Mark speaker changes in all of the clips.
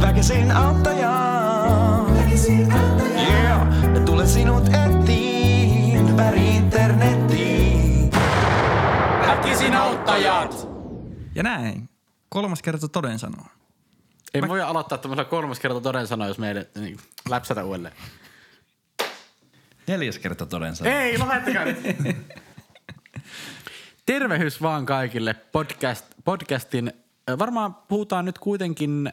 Speaker 1: väkisin auttajaan. Yeah, ja tulen sinut etsiin ympäri internettiin.
Speaker 2: Väkisin auttajat!
Speaker 3: Ja näin. Kolmas kerta toden sanoo.
Speaker 2: Ei Mä... voi aloittaa tämmöisellä kolmas kerta toden sanoa, jos meille niin, läpsätä uudelleen.
Speaker 4: Neljäs kerta toden
Speaker 3: Eh.
Speaker 4: sanoo.
Speaker 2: Ei, lopettakaa nyt. Tervehys vaan kaikille podcast, podcastin. Ö, Varmaan puhutaan nyt kuitenkin,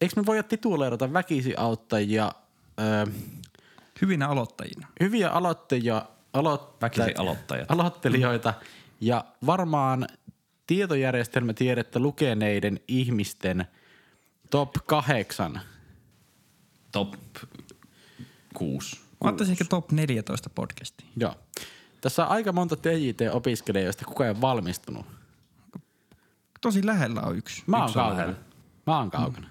Speaker 2: eikö me voida tituleerata väkisiauttajia, ö,
Speaker 3: Hyvinä aloittajina.
Speaker 2: hyviä aloittajia, aloittajia,
Speaker 4: Väkisialoittajat.
Speaker 2: aloittelijoita ja varmaan tietojärjestelmätiedettä lukeneiden ihmisten top kahdeksan.
Speaker 4: Top kuusi.
Speaker 3: Mä ottaisin ehkä top 14 podcastiin.
Speaker 2: Joo. Tässä on aika monta TJT-opiskelijaa, joista kukaan ei ole valmistunut.
Speaker 3: Tosi lähellä on yksi.
Speaker 2: Mä oon
Speaker 4: Yksi on
Speaker 2: kaukana.
Speaker 4: lähellä.
Speaker 2: Mä oon kaukana.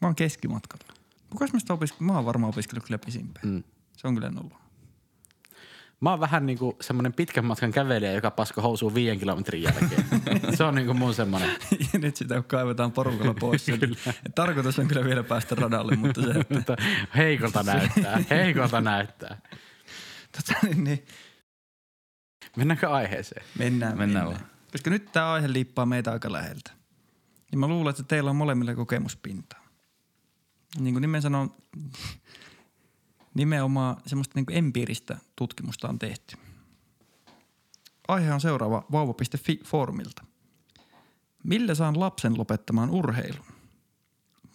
Speaker 3: Mä oon keskimatkalla. Kukas mistä opiskellut? Mä oon varmaan opiskellut kyllä pisimpään. Mm. Se on kyllä nolla.
Speaker 2: Mä oon vähän niinku semmonen pitkän matkan kävelijä, joka pasko housuun viien kilometrin jälkeen. Se on niinku mun semmonen.
Speaker 3: Ja nyt sitä kaivetaan porukalla pois. Tarkoitus on kyllä vielä päästä radalle, mutta se, että
Speaker 2: Mutta heikolta näyttää, heikolta näyttää.
Speaker 3: tota, niin, niin,
Speaker 2: Mennäänkö aiheeseen?
Speaker 3: mennään,
Speaker 4: Mennään
Speaker 3: mennään. Koska nyt tämä aihe liippaa meitä aika läheltä. Ja mä luulen, että teillä on molemmilla kokemuspintaa. Niin kuin nimen sanon, nimenomaan semmoista niin kuin empiiristä tutkimusta on tehty. Aihe on seuraava vauva.fi-foorumilta. Millä saan lapsen lopettamaan urheilun?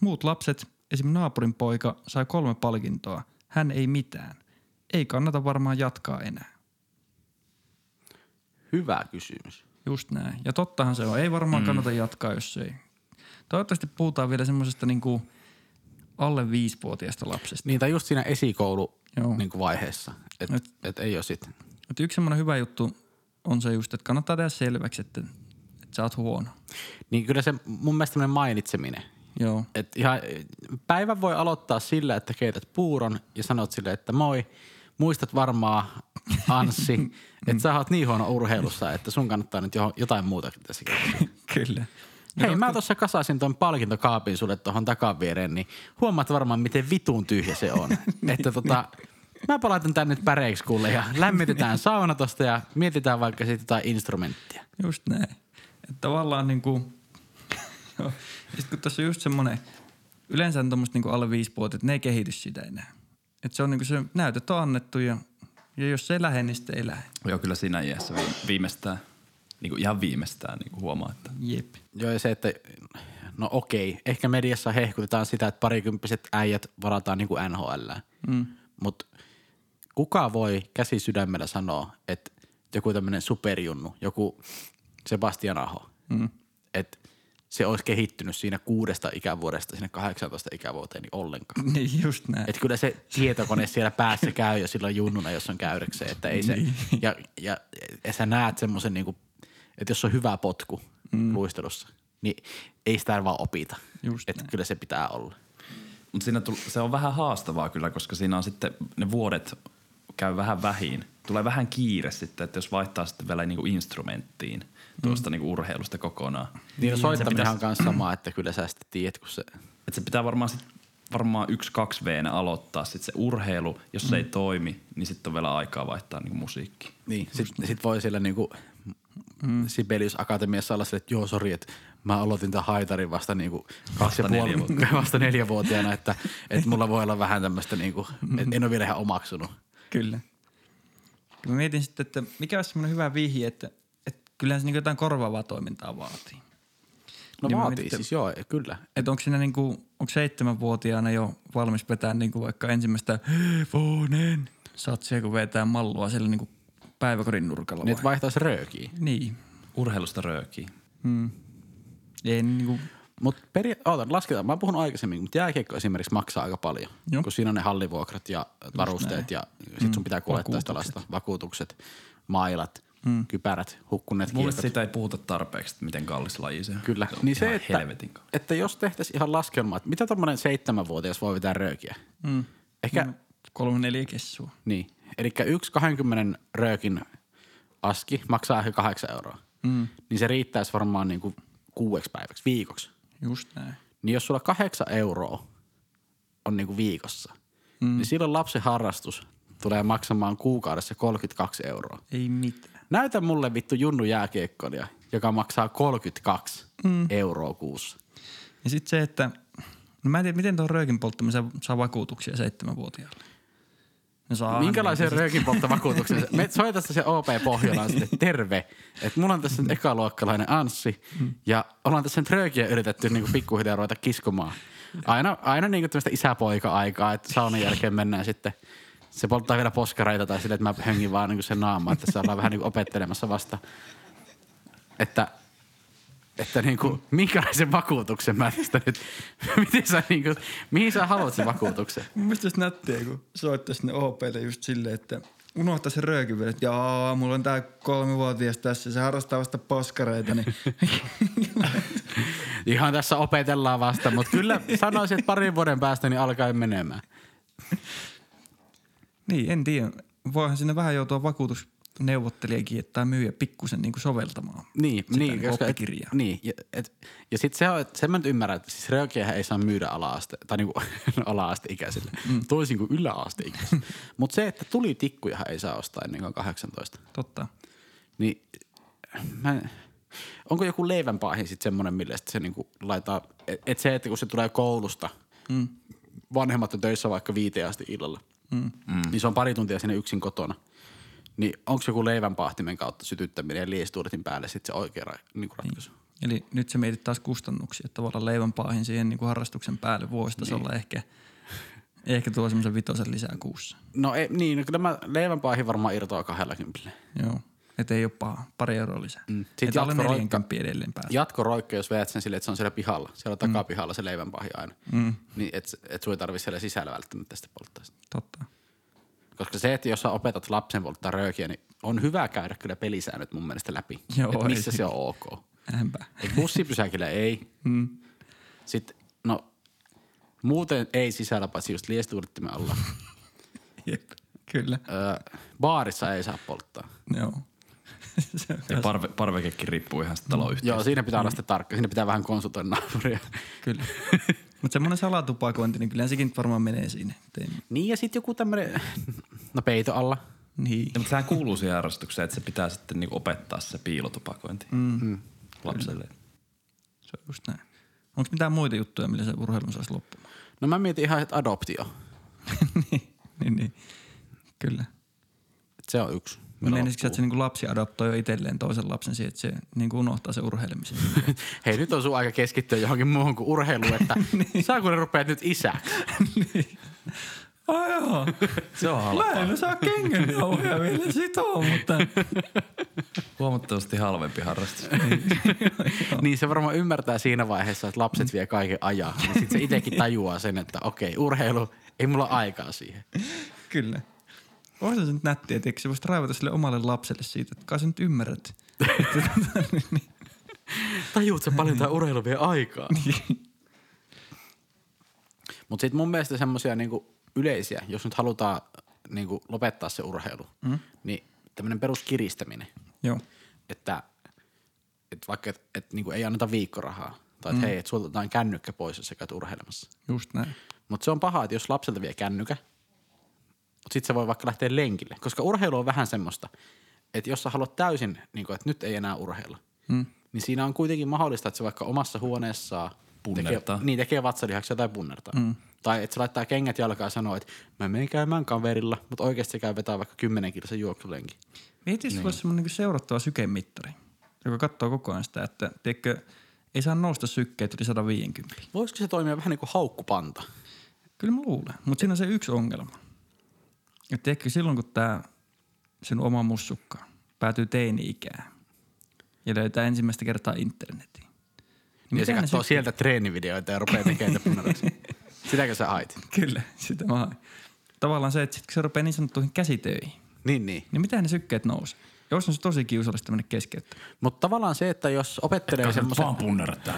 Speaker 3: Muut lapset, esim. naapurin poika, sai kolme palkintoa. Hän ei mitään. Ei kannata varmaan jatkaa enää.
Speaker 2: Hyvä kysymys.
Speaker 3: Just näin. Ja tottahan se on. Ei varmaan mm. kannata jatkaa, jos ei. Toivottavasti puhutaan vielä semmoisesta niinku alle viisivuotiaasta lapsesta.
Speaker 2: Niin, tai just siinä esikoulu
Speaker 3: Joo.
Speaker 2: niinku vaiheessa. Et,
Speaker 3: Nyt.
Speaker 2: et ei oo sit.
Speaker 3: Mut yksi semmoinen hyvä juttu on se just, että kannattaa tehdä selväksi, että, että sä oot huono.
Speaker 2: Niin kyllä se mun mielestä tämmönen mainitseminen.
Speaker 3: Joo.
Speaker 2: Et ihan, päivän voi aloittaa sillä, että keität puuron ja sanot sille, että moi, muistat varmaan Anssi, että sä oot niin huono urheilussa, että sun kannattaa nyt johon, jotain muuta tässä keksiä.
Speaker 3: Kyllä.
Speaker 2: Hei, mä tuossa kasasin ton palkintokaapin sulle tuohon takaviereen, niin huomaat varmaan, miten vitun tyhjä se on. että tota, mä palautan tän nyt päreiksi kuule ja lämmitetään sauna tosta ja mietitään vaikka siitä jotain instrumenttia.
Speaker 3: Just näin. Että tavallaan niinku... Joo. Ja sit kun tässä on just semmoinen... Yleensä on tommoset niinku alle viisivuotiaat, ne ei kehity sitä enää. Että se on niinku se näytöt on annettu ja, ja jos se ei lähde, niin sitten ei lähde.
Speaker 4: Joo, kyllä siinä iässä vi- viimeistään, niin kuin ihan viimeistään niin kuin huomaa, että
Speaker 3: Jep.
Speaker 2: Joo, ja se, että no okei, ehkä mediassa hehkutetaan sitä, että parikymppiset äijät varataan niin kuin NHL. Mm. Mutta kuka voi käsi sydämellä sanoa, että joku tämmöinen superjunnu, joku Sebastian Aho, mm. että se olisi kehittynyt siinä kuudesta ikävuodesta sinne 18 ikävuoteen niin ollenkaan.
Speaker 3: Niin just näin.
Speaker 2: Että kyllä se tietokone siellä päässä käy jo silloin junnuna, jos on käydekseen. Että ei se, ja, ja, ja sä näet semmoisen, niinku, että jos on hyvä potku mm. luistelussa, niin ei sitä vaan opita.
Speaker 3: Just
Speaker 2: että kyllä se pitää olla.
Speaker 4: Mutta siinä tul- se on vähän haastavaa kyllä, koska siinä on sitten ne vuodet käy vähän vähin. Tulee vähän kiire sitten, että jos vaihtaa sitten vielä niinku instrumenttiin
Speaker 2: Mm.
Speaker 4: tuosta niinku urheilusta kokonaan.
Speaker 2: Niin no soittaminenhan on kanssa sama, että kyllä sä sitten tiedät, kun se...
Speaker 4: Et se pitää varmaan sit, varmaan yksi kaksi veenä aloittaa sitten se urheilu. Jos
Speaker 2: Mm.
Speaker 4: se ei toimi, niin sitten on vielä aikaa vaihtaa niinku musiikki.
Speaker 2: Niin. Sitten sit voi siellä niinku mm. Sibelius Akatemiassa olla sille, että joo, sori, että mä aloitin tämän haitarin vasta niinku kaksi ja puoli, vasta neljävuotiaana, että, että mulla voi olla vähän tämmöistä niinku, että en ole vielä ihan omaksunut.
Speaker 3: Kyllä. Mä mietin sitten, että mikä olisi semmoinen hyvä vihje, että, että kyllähän se niin jotain korvaavaa toimintaa vaatii.
Speaker 2: No
Speaker 3: Niin mä
Speaker 2: vaatii
Speaker 3: mietin,
Speaker 2: siis, joo, kyllä.
Speaker 3: Että onko siinä niin kuin, onko seitsemänvuotiaana jo valmis vetää niin kuin vaikka ensimmäistä hevonen satsia, kun vetää mallua siellä niin kuin päiväkodin nurkalla
Speaker 2: Nyt
Speaker 3: vai?
Speaker 2: vaihtaisi röökiä.
Speaker 3: Niin.
Speaker 4: Urheilusta röökiin.
Speaker 3: Ei niin kuin,
Speaker 2: Mutta peria- ootan, lasketaan. Mä puhun aikaisemmin, mutta jääkiekko esimerkiksi maksaa aika paljon.
Speaker 3: Joo.
Speaker 2: Joo. Kun siinä on ne hallivuokrat ja varusteet ja sit
Speaker 4: Mm.
Speaker 2: sun pitää kuljettaa sitä lasta. Vakuutukset, mailat, mm. kypärät, hukkuneet
Speaker 4: Mun mielestä
Speaker 2: kiekot.
Speaker 4: siitä ei puhuta tarpeeksi, että miten kallis laji se on.
Speaker 2: Kyllä.
Speaker 4: Se on
Speaker 2: Niin se,
Speaker 4: ihan
Speaker 2: että,
Speaker 4: helvetin kallis.
Speaker 2: että jos tehtäisiin ihan laskelmaa, että mitä tommonen seitsemänvuotias voi vetää röökiä? Mm. Ehkä, mm.
Speaker 3: kolme neljä kessua.
Speaker 2: niin. Eli yksi 20 röökin aski maksaa ehkä kahdeksan euroa. Mm. Niin se riittäisi varmaan niinku kuueksi päiväksi, viikoksi.
Speaker 3: Just näin.
Speaker 2: niin jos sulla kahdeksan euroa on niin kuin viikossa, mm. niin silloin lapsen harrastus tulee maksamaan kuukaudessa 32 euroa.
Speaker 3: Ei mitään.
Speaker 2: Näytä mulle vittu Junnu jääkiekkoilija, joka maksaa 32 mm. euroa kuussa.
Speaker 3: Ja sitten se, että... No mä en tiedä, miten tuon röökin polttamisen saa vakuutuksia seitsemänvuotiaalle. Ne saa
Speaker 2: Minkälaisen
Speaker 3: ainakin.
Speaker 2: röökinpolttovakuutuksen? sä- Me soita se OP Pohjolaan sitten, että terve. Että mulla on tässä nyt ekaluokkalainen Anssi ja ollaan tässä nyt röökiä yritetty niin pikkuhiljaa ruveta kiskomaan. Aina, aina niin tämmöistä isäpoika-aikaa, että saunan jälkeen mennään sitten. Se polttaa vielä poskareita tai silleen, että mä hengin vaan niin sen naamaa, että tässä ollaan vähän niin opettelemassa vasta. Että että niin kuin, minkälaisen vakuutuksen mä tästä nyt, miten sä niin kuin, mihin sä haluat sen vakuutuksen?
Speaker 3: Mun mielestä olisi nättiä, kun soittaisi ne OPlle just silleen, että unohtaa se röökin vielä, että jaa, mulla on tää kolmivuotias tässä, se harrastaa vasta poskareita, niin
Speaker 2: Ihan tässä opetellaan vasta, mutta kyllä sanoisin, että parin vuoden päästä niin alkaa menemään.
Speaker 3: Niin, en tiedä. Voihan sinne vähän joutua vakuutusneuvottelijakin, että tämä myyjä pikkusen niin soveltamaan.
Speaker 2: Niin,
Speaker 3: Sitä
Speaker 2: niin,
Speaker 3: niin
Speaker 2: koska, et,
Speaker 3: oppikirjaa.
Speaker 2: niin ja, et, ja sit se on, et, sen mä nyt ymmärrän, että siis röökiähän ei saa myydä ala-aste, tai niinku ala-asteikäisille, mm. toisin kuin yläasteikäisille. mutta se, että tulitikkujahan ei saa ostaa ennen kuin on 18,
Speaker 3: Totta.
Speaker 2: niin mä, onko joku leivänpaahin sitten semmoinen, millä sit se niinku laittaa, et, et se, että kun se tulee koulusta, mm. vanhemmat on töissä vaikka viiteen asti illalla, mm. niin se on pari tuntia sinne yksin kotona. Niin onko joku leivänpaahtimen kautta sytyttäminen ja liestuudetin päälle sitten se oikea ra- niinku ratkaisu? Niin.
Speaker 3: Eli nyt se mietit taas kustannuksia, että tavallaan leivänpaahin siihen niin kuin harrastuksen päälle vuositasolla niin. ehkä, ehkä tuo semmoisen vitosen lisää kuussa.
Speaker 2: No ei, niin, no kyllä mä leivänpaahin varmaan irtoaa kahdella kympillä.
Speaker 3: Joo. Että ei ole paha. Pari euroa lisää. Mm.
Speaker 2: Sitten
Speaker 3: Sitten alle
Speaker 2: jatkoroikka.
Speaker 3: 40 edelleen päästä.
Speaker 2: Jatko roikka, jos veät sen silleen, että se on siellä pihalla. Siellä on takapihalla se leivänpaahi aina. Mm. Niin et, et sun ei tarvi siellä sisällä välttämättä sitä polttaa sitä.
Speaker 3: Totta.
Speaker 2: Koska se, että jos sä opetat lapsen polttaa röökiä, niin on hyvä käydä kyllä pelisäännöt mun mielestä läpi.
Speaker 3: Joo,
Speaker 2: että missä
Speaker 3: ei-
Speaker 2: se on ok.
Speaker 3: Ähänpä.
Speaker 2: Et bussipysäkillä ei. Mm. Sitten, no, muuten ei sisällä, paitsi just liestuudettimen alla.
Speaker 3: Jep. Kyllä.
Speaker 2: Öö, baarissa ei saa polttaa.
Speaker 3: Joo. se on
Speaker 4: Ja
Speaker 3: kans-
Speaker 4: parve, parvekekin riippuu ihan sitä taloyhtiöstä.
Speaker 2: Joo, siinä pitää olla sitten tarkka. Siinä pitää vähän konsultoida naapuria.
Speaker 3: Kyllä. Mutta semmoinen salatupakointi, niin kyllä sekin nyt varmaan menee sinne. Tein.
Speaker 2: Niin, ja sitten joku tämmöinen, no peito alla.
Speaker 3: Niin.
Speaker 4: Ja, mutta sehän kuuluu siihen harrastukseen, että se pitää sitten niinku opettaa se piilotupakointi mm. lapselle.
Speaker 3: Se on just näin. Onko mitään muita juttuja, millä se urheilun saisi loppumaan?
Speaker 2: No mä mietin ihan, että adoptio.
Speaker 3: niin, niin, niin. Kyllä.
Speaker 2: Et se on yksi. Meillä
Speaker 3: Meinaisitko sä,
Speaker 2: loppuu.
Speaker 3: että se niin lapsi adoptoi jo itselleen toisen lapsen siihen, että se niin kuin unohtaa sen urheilemisen?
Speaker 2: Hei, nyt on sun aika keskittyä johonkin muuhun kuin urheiluun, että niin. saa kun rupeat nyt isäksi.
Speaker 3: Ai joo.
Speaker 4: Se on halpa.
Speaker 3: Mä en saa kengännauhoja vielä sitoo, mutta...
Speaker 4: Huomattavasti halvempi harrastus.
Speaker 2: Niin se varmaan ymmärtää siinä vaiheessa, että lapset vie kaiken ajaa. Niin sitten se itsekin tajuaa sen, että okei, urheilu, ei mulla aikaa siihen.
Speaker 3: Kyllä. Olisi se nyt nättiä, että eikö se voisi raivata sille omalle lapselle siitä, että kai sä nyt ymmärrät.
Speaker 2: Tajuut sä paljon tää urheilu vie aikaa. Mutta sitten mun mielestä semmoisia niinku yleisiä, jos nyt halutaan niinku lopettaa se urheilu, mm. niin tämmöinen peruskiristäminen,
Speaker 3: Joo.
Speaker 2: että et vaikka et, et niinku ei anneta viikkorahaa tai että mm. hei, että sulta otetaan kännykkä pois, jos sä käyt urheilemassa.
Speaker 3: Just näin.
Speaker 2: Mutta se on paha, että jos lapselta vie kännykä, mutta sitten se voi vaikka lähteä lenkille. Koska urheilu on vähän semmoista, että jos sä haluat täysin, niin kun, että nyt ei enää urheilla, hmm. niin siinä on kuitenkin mahdollista, että se vaikka omassa huoneessaan
Speaker 4: Punnertaa.
Speaker 2: Tekee, niin, tekee vatsalihaksia tai punnertaa. Hmm. Tai että se laittaa kengät jalkaan ja sanoo, että mä menen käymään kaverilla, mutta oikeasti se käy vetää vaikka 10 kilsan juoksulenkin.
Speaker 3: Mieti, jos niin. olisi semmoinen niin seurattava sykemittari, joka katsoo koko ajan sitä, että tiedätkö, ei saa nousta sykkeet yli 150.
Speaker 2: Voisiko se toimia vähän niin kuin haukkupanta?
Speaker 3: Kyllä mä luulen, mutta siinä on se yksi ongelma. Että tiedätkö, silloin kun tämä sinun oma mussukka päätyy teini-ikään ja löytää ensimmäistä kertaa internetin. Niin
Speaker 2: Ja se
Speaker 3: mitähän ne
Speaker 2: katsoo
Speaker 3: syk-
Speaker 2: sieltä treenivideoita ja rupeaa tekemään punneruksia. Sitäkö sä hait?
Speaker 3: Kyllä, sitä mä haen. Tavallaan se, että sit kun se rupeaa niin sanottuihin käsitöihin,
Speaker 2: Niin, niin.
Speaker 3: niin mitä ne sykkeet nousee? Jos on se tosi kiusallista mennä keskeyttämään.
Speaker 2: Mutta tavallaan se, että jos opettelee semmoisen...
Speaker 4: Vaan punnertaa.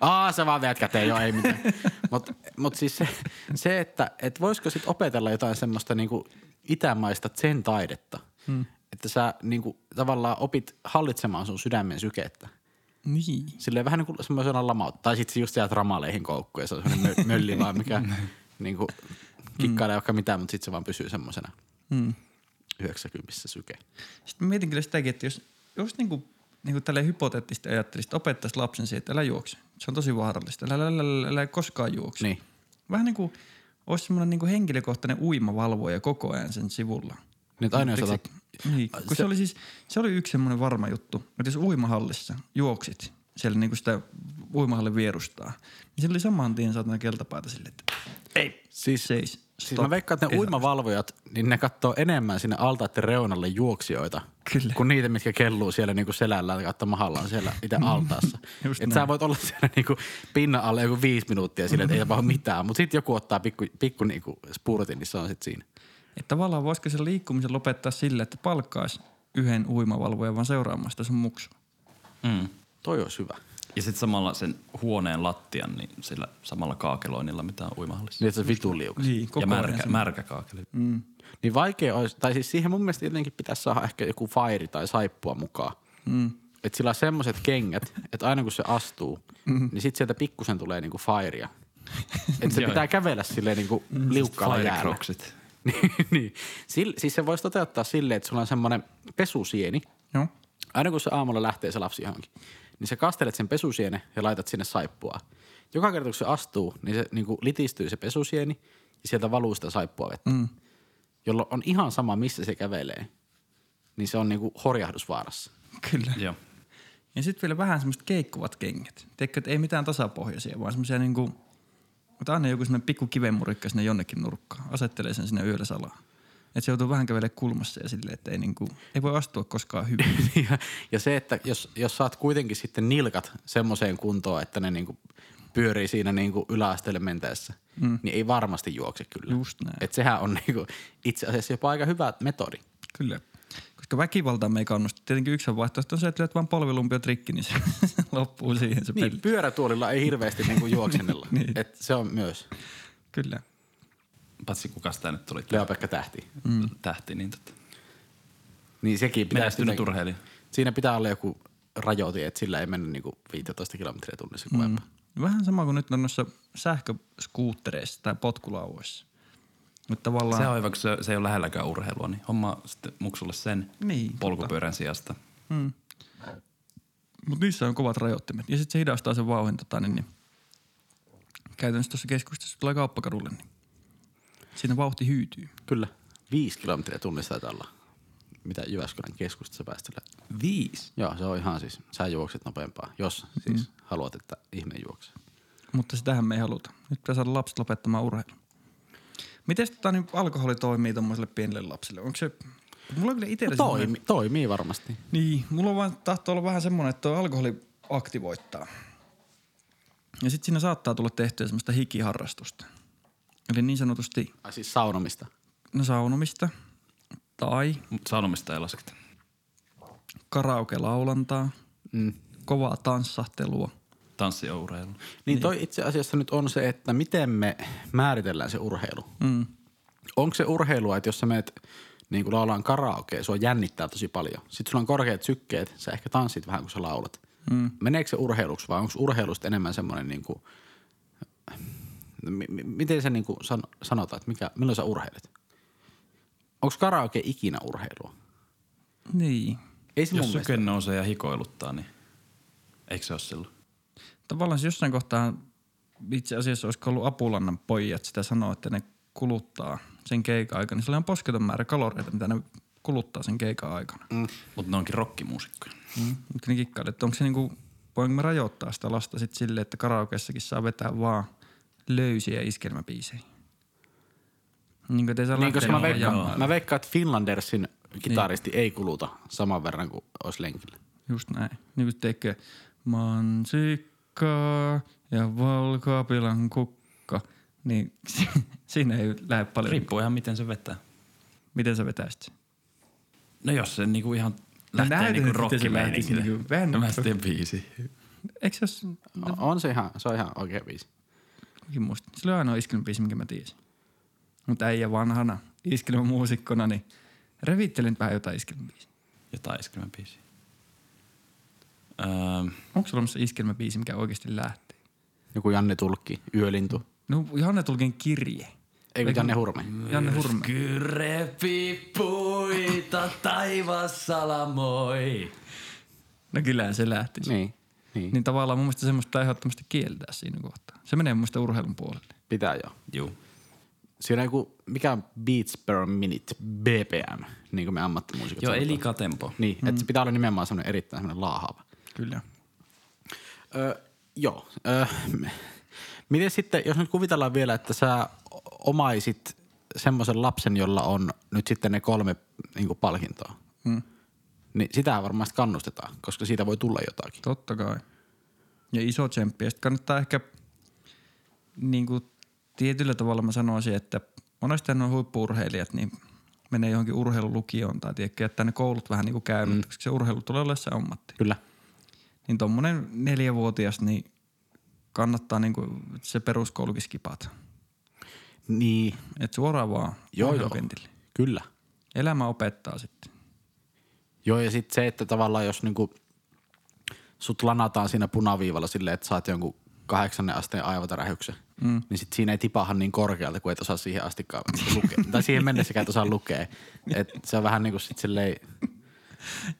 Speaker 2: Aa, sä vaan veät käteen, joo ei mitään. Mutta mut siis se, se että et voisiko sit opetella jotain semmoista niinku itämaista sen taidetta, hmm. että sä niinku tavallaan opit hallitsemaan sun sydämen sykettä.
Speaker 3: Niin.
Speaker 2: Silleen vähän niin kuin semmoisena lamautta. Tai sitten just jäät ramaleihin koukkuun ja se on semmoinen mö- mölli vaan, mikä
Speaker 3: Mm.
Speaker 2: niin kuin kikkailee vaikka mitään, mutta sitten se vaan pysyy semmoisena
Speaker 3: Mm.
Speaker 2: 90 syke.
Speaker 3: Sitten mä mietin kyllä sitäkin, että jos, jos niinku, niinku tälleen hypoteettisesti ajattelisi, että opettaisi lapsen siihen, että älä juokse. Se on tosi vaarallista. Älä, älä, älä, älä, älä koskaan juokse.
Speaker 2: Niin.
Speaker 3: Vähän niin kuin olisi semmoinen niinku henkilökohtainen uimavalvoja koko ajan sen sivulla.
Speaker 2: Nyt aina jos
Speaker 3: Tiedätkö,
Speaker 2: otat,
Speaker 3: Niin, kun se, se, oli siis, se oli yksi semmoinen varma juttu, että jos uimahallissa juoksit siellä niinku sitä uimahallin vierustaa, niin se oli saman tien saatana keltapaita sille, että ei,
Speaker 2: Siis-
Speaker 3: seis, stop.
Speaker 2: Siis mä veikkaan, että ne uimavalvojat, niin ne katsoo enemmän sinne altaiden reunalle juoksijoita.
Speaker 3: Kyllä.
Speaker 2: Kuin niitä, mitkä kelluu siellä niinku selällään kautta mahallaan siellä itse altaassa.
Speaker 3: Mm. Just
Speaker 2: Et
Speaker 3: näin.
Speaker 2: sä voit olla siellä niinku pinnan alle joku viisi minuuttia sille, että ei tapahdu mitään. Mutta sitten joku ottaa pikku, pikku niinku spurtin, niin se on sitten siinä.
Speaker 3: Että tavallaan voisiko sen liikkumisen lopettaa sillä, että palkkaisi yhden uimavalvojan vaan seuraamaan sitä sun muksua.
Speaker 4: Mm.
Speaker 2: Toi olisi hyvä.
Speaker 4: Ja sitten samalla sen huoneen lattian, niin sillä samalla kaakeloinnilla, mitä on uimahallissa.
Speaker 2: Niin, että se vitu liukas.
Speaker 3: Niin,
Speaker 4: ja
Speaker 3: koko ajan.
Speaker 4: märkä,
Speaker 3: se-
Speaker 4: märkä kaakeli. Mm.
Speaker 2: Niin vaikea olisi, tai siis siihen mun mielestä jotenkin pitäisi saada ehkä joku fairi tai saippua mukaan. Mm. Että sillä on semmoiset kengät, että aina kun se astuu, mm. niin sit sieltä pikkusen tulee niinku fairia. Että se
Speaker 4: Joo.
Speaker 2: pitää kävellä silleen niinku liukkaalla jäällä.
Speaker 4: Firecrocksit.
Speaker 2: Niin, niin. Sil, siis se voisi toteuttaa silleen, että sulla on semmoinen pesusieni.
Speaker 3: Joo.
Speaker 2: Aina kun se aamulla lähtee se lapsi johonkin, niin sä kastelet sen pesusienen ja laitat sinne saippua. Joka kerta kun se astuu, niin se niin kuin litistyy se pesusieni ja sieltä valuu sitä saippua vettä. Mm. Jolloin on ihan sama, missä se kävelee. Niin se on niin kuin horjahdusvaarassa.
Speaker 3: Kyllä.
Speaker 4: Joo.
Speaker 3: Ja sitten vielä vähän semmoiset keikkuvat kengät. Tiedätkö, että ei mitään tasapohjaisia, vaan semmoisia niinku, mutta aina joku semmoinen pikku kivenmurikka sinne jonnekin nurkkaan. Asettelee sen sinne yöllä salaa. Että se joutuu vähän kävelemään kulmassa ja silleen, että ei, niinku, ei voi astua koskaan hyvin.
Speaker 2: ja, ja se, että jos, jos saat kuitenkin sitten nilkat semmoiseen kuntoon, että ne niin kuin pyörii siinä niin kuin yläasteelle mentäessä, mm. niin ei varmasti juokse kyllä.
Speaker 3: Just näin.
Speaker 2: Et sehän on niin kuin, itse asiassa jopa aika hyvä metodi.
Speaker 3: Kyllä. Koska väkivaltaa me ei kannusta. Tietenkin yksi vaihtoehto on se, että lyöt vaan polvilumpio trikki, niin se loppuu siihen se
Speaker 2: Niin,
Speaker 3: peli.
Speaker 2: pyörätuolilla ei hirveästi niinku juoksennella.
Speaker 3: Niin.
Speaker 2: Et se on myös
Speaker 3: Kyllä.
Speaker 4: Patsi, kuka sitä nyt tuli?
Speaker 2: Leopekka Tähti.
Speaker 4: Mm. Tähti, niin tota.
Speaker 2: Niin sekin pitää
Speaker 4: Menestynyt urheilija.
Speaker 2: Siinä pitää olla joku rajoite, että sillä ei mennä niinku 15 kilometriä tunnissa mm.
Speaker 3: Vähän sama kuin nyt on noissa sähköskuuttereissa tai potkulauvoissa. Mutta tavallaan...
Speaker 4: Se on hyvä, kun se, se ei ole lähelläkään urheilua, niin homma sitten muksulle sen
Speaker 3: Niin,
Speaker 4: polkupyörän sijasta.
Speaker 3: Mutta niissä on kovat rajoittimet. Ja sitten se hidastaa sen vauhin tota, niin, niin, käytännössä tuossa keskustassa tulee kauppakadulle, niin siinä vauhti hyytyy.
Speaker 2: Kyllä. 5 kilometriä tunnissa taitaa olla. Mitä Jyväskylän keskustassa päästellä.
Speaker 4: Viisi?
Speaker 2: Joo, se on ihan siis, sä juokset nopeampaa, jos siis mm. haluat, että ihme juoksee.
Speaker 3: Mutta sitähän me ei haluta. Nyt pitää saada lapset lopettamaan urheilu. Miten tota, niin alkoholi toimii tuommoiselle pienelle lapselle? Onko se... Mulla on kyllä itsellä
Speaker 2: No
Speaker 3: semmoinen-
Speaker 2: toimi, toimii varmasti.
Speaker 3: Niin, mulla on vaan tahtoo olla vähän semmoinen, että tuo alkoholi aktivoittaa. Ja sitten siinä saattaa tulla tehtyä semmoista hikiharrastusta. Eli niin sanotusti
Speaker 2: Ai siis saunomista.
Speaker 3: no, saunomista tai
Speaker 4: Mutta sanomista ei lasketa.
Speaker 3: karaoke-laulantaa, mm. kovaa tanssahtelua.
Speaker 4: Tanssi on urheilu.
Speaker 2: Niin toi itse asiassa nyt on se, että miten me määritellään se urheilu.
Speaker 3: Mm.
Speaker 2: Onko se urheilua, että jos sä meet niin kuin laulaan karaokea, sua jännittää tosi paljon. Sitten sulla on korkeat sykkeet, sä ehkä tanssit vähän, kun sä laulat. Mm. Meneekö se urheiluksi vai onko urheilusta enemmän semmoinen niin kuin, m- m- miten se niin kuin san- sanotaan, että mikä, milloin sä urheilet? Onko karaoke ikinä urheilua?
Speaker 3: Niin.
Speaker 2: Ei se mun
Speaker 4: Jos
Speaker 2: mielestä.
Speaker 4: syke nousee ja hikoiluttaa, niin eikö se ole silloin?
Speaker 3: Tavallaan se jossain kohtaa itse asiassa olisiko ollut Apulannan pojat sitä sanoa, että ne kuluttaa sen keikan aikana. Sillä on posketon määrä kaloreita, mitä ne kuluttaa sen keikan aikana. Mm.
Speaker 4: Mutta ne onkin rokkimuusikkoja.
Speaker 3: Nyt ne kikkailee, että onko se niinku, voinko me rajoittaa sitä lasta sit silleen, että karaokeessakin saa vetää vaan löysiä iskelmäbiisejä. Niin kuin, ei saa
Speaker 2: Niin, koska
Speaker 3: lähteä
Speaker 2: mä
Speaker 3: niillä
Speaker 2: veikkaan,
Speaker 3: jamailla.
Speaker 2: mä veikkaan, että Finlandersin kitaristi ei kuluta saman verran kuin olisi lenkillä.
Speaker 3: Just näin. Niin kuin tekee mansikkaa ja valkoapilan kukka. Niin si- siinä ei lähde paljon.
Speaker 4: No Riippuu ihan miten se vetää.
Speaker 3: Miten sä vetäisit sen?
Speaker 4: No jos se niinku ihan
Speaker 3: näytän
Speaker 4: lähtee niinku
Speaker 3: nyt, miten se
Speaker 4: rokkimeininkiin.
Speaker 3: lähtisi niinku vähän-
Speaker 4: No mä sitten teen biisi.
Speaker 3: Eikö se ole
Speaker 2: No. On se ihan, se on ihan oikea biisi.
Speaker 3: jokin muista? Se oli ainoa iskelmäbiisi, minkä mä tiesin. Mutta äijä vanhana iskelmämuusikkona, niin revittelen vähän jotain iskelmäbiisiä.
Speaker 4: Jotain iskelmän biisi. Öö,
Speaker 3: Onko sulla olemassa iskelmäbiisi, mikä oikeasti lähti?
Speaker 2: Joku Janne Tulkki, Yölintu.
Speaker 3: No Janne Tulkin kirje.
Speaker 2: Ei kun Janne Hurme. Niin,
Speaker 3: Janne Hurme.
Speaker 4: Kyrepi puita taivas salamoi.
Speaker 3: No kyllähän se lähti. Niin.
Speaker 2: Niin, niin.
Speaker 3: niin tavallaan mun mielestä semmoista pitää ehdottomasti kieltää siinä kohtaa. Se menee mun mielestä urheilun puolelle.
Speaker 2: Pitää joo.
Speaker 4: Juu.
Speaker 2: Siinä on joku, mikä on beats per minute, BPM, niin kuin me ammattimuusikot
Speaker 4: Joo,
Speaker 2: sanotaan.
Speaker 4: eli katempo.
Speaker 2: Niin, mm. että se pitää olla nimenomaan semmoinen erittäin semmoinen laahaava.
Speaker 3: Kyllä.
Speaker 2: Öö, joo. Öö, miten sitten, jos nyt kuvitellaan vielä, että sä omaisit semmoisen lapsen, jolla on nyt sitten ne kolme niin kuin palkintoa. Hmm. Niin sitä varmaan sit kannustetaan, koska siitä voi tulla jotakin.
Speaker 3: Totta kai. Ja iso tsemppi. Ja sitten kannattaa ehkä niin kuin tietyllä tavalla mä sanoisin, että monesti nuo huippuurheilijat niin menee johonkin urheilulukioon tai tiedätkö, jättää ne koulut vähän niin kuin käymättä, mm. koska se urheilu tulee olemaan se ammatti.
Speaker 2: Kyllä.
Speaker 3: Niin tommonen neljävuotias, niin kannattaa niin kuin se peruskoulukin skipata.
Speaker 2: Niin,
Speaker 3: Et suoraan vaan
Speaker 2: joo joo.
Speaker 3: urheilukentille.
Speaker 2: Kyllä.
Speaker 3: Elämä opettaa sitten.
Speaker 2: Joo ja sitten se, että tavallaan jos niinku sut lanataan siinä punaviivalla silleen, että saat jonkun kahdeksannen asteen aivotärähyksen, mm. niin sit siinä ei tipahan niin korkealta, kun et osaa siihen astikaan lukea. tai siihen mennessäkään et osaa lukea. Et se on vähän niinku sit silleen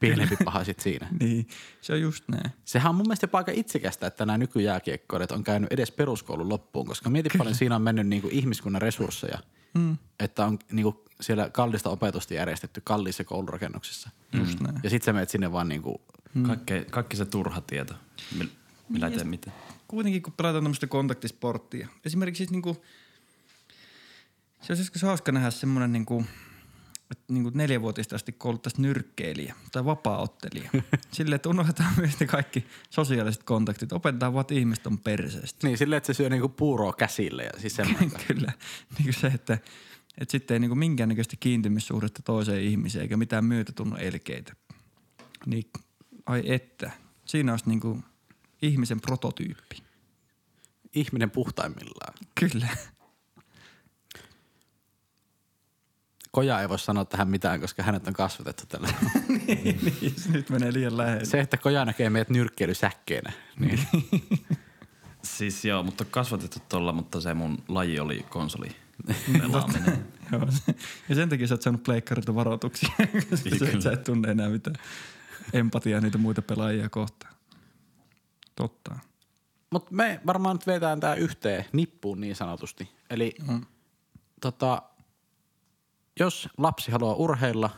Speaker 2: pienempi paha sit siinä.
Speaker 3: Niin, se on just näin.
Speaker 2: Sehän on mun mielestä jopa aika itsekästä, että nämä nykyjääkiekkoilijat on käynyt edes peruskoulun loppuun, koska mieti paljon siinä on mennyt niinku ihmiskunnan resursseja, mm. että on niinku siellä kallista opetusta järjestetty kalliissa koulurakennuksissa. Mm.
Speaker 3: Just näin.
Speaker 2: Ja sit sä menet sinne vaan niinku
Speaker 4: Kaikki, kaikki se turha tieto, mi- millä ei tee mitään.
Speaker 3: kuitenkin kun pelataan tämmöistä kontaktisporttia, esimerkiksi siis niinku, se olisi joskus hauska nähdä semmoinen niinku, että niinku neljävuotista asti kouluttaisi nyrkkeilijä tai vapaaottelija. Silleen, että unohdetaan myös ne kaikki sosiaaliset kontaktit. Opetetaan vaan, että ihmiset on perseestä.
Speaker 2: Niin, silleen, että se syö niinku puuroa käsille ja siis semmoista.
Speaker 3: Kyllä. Niinku se, että, että sitten ei niinku minkäännäköistä kiintymyssuhdetta toiseen ihmiseen eikä mitään myötätunnon elkeitä. Niin, ai että. Siinä olisi niinku ihmisen prototyyppi.
Speaker 2: Ihminen puhtaimmillaan.
Speaker 3: Kyllä.
Speaker 2: Koja ei voi sanoa tähän mitään, koska hänet on kasvatettu tällä.
Speaker 3: niin, se nyt menee liian lähelle.
Speaker 2: Se, että koja näkee meidät nyrkkeilysäkkeenä, niin
Speaker 4: Siis joo, mutta on kasvatettu tolla, mutta se mun laji oli konsoli pelaaminen.
Speaker 3: Joo, se- ja sen takia sä oot saanut pleikkarilta varoituksia, koska sä, et, sä et tunne enää mitään empatiaa niitä muita pelaajia kohtaan. Totta.
Speaker 2: Mutta me varmaan nyt vetään tämä yhteen nippuun niin sanotusti. Eli mm. tota, jos lapsi haluaa urheilla,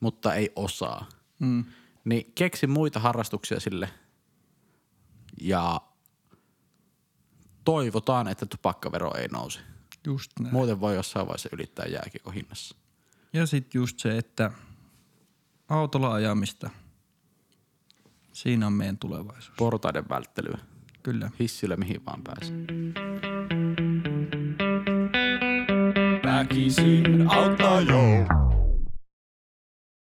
Speaker 2: mutta ei osaa, mm. niin keksi muita harrastuksia sille. Ja toivotaan, että tupakkavero ei nouse.
Speaker 3: Just näin.
Speaker 2: Muuten voi jossain vaiheessa ylittää jääkiekon hinnassa.
Speaker 3: Ja sit just se, että autolla ajamista, siinä on meidän tulevaisuus.
Speaker 2: Portaiden välttelyä.
Speaker 3: Kyllä.
Speaker 2: Hissillä mihin vaan pääsee.
Speaker 1: Väkisin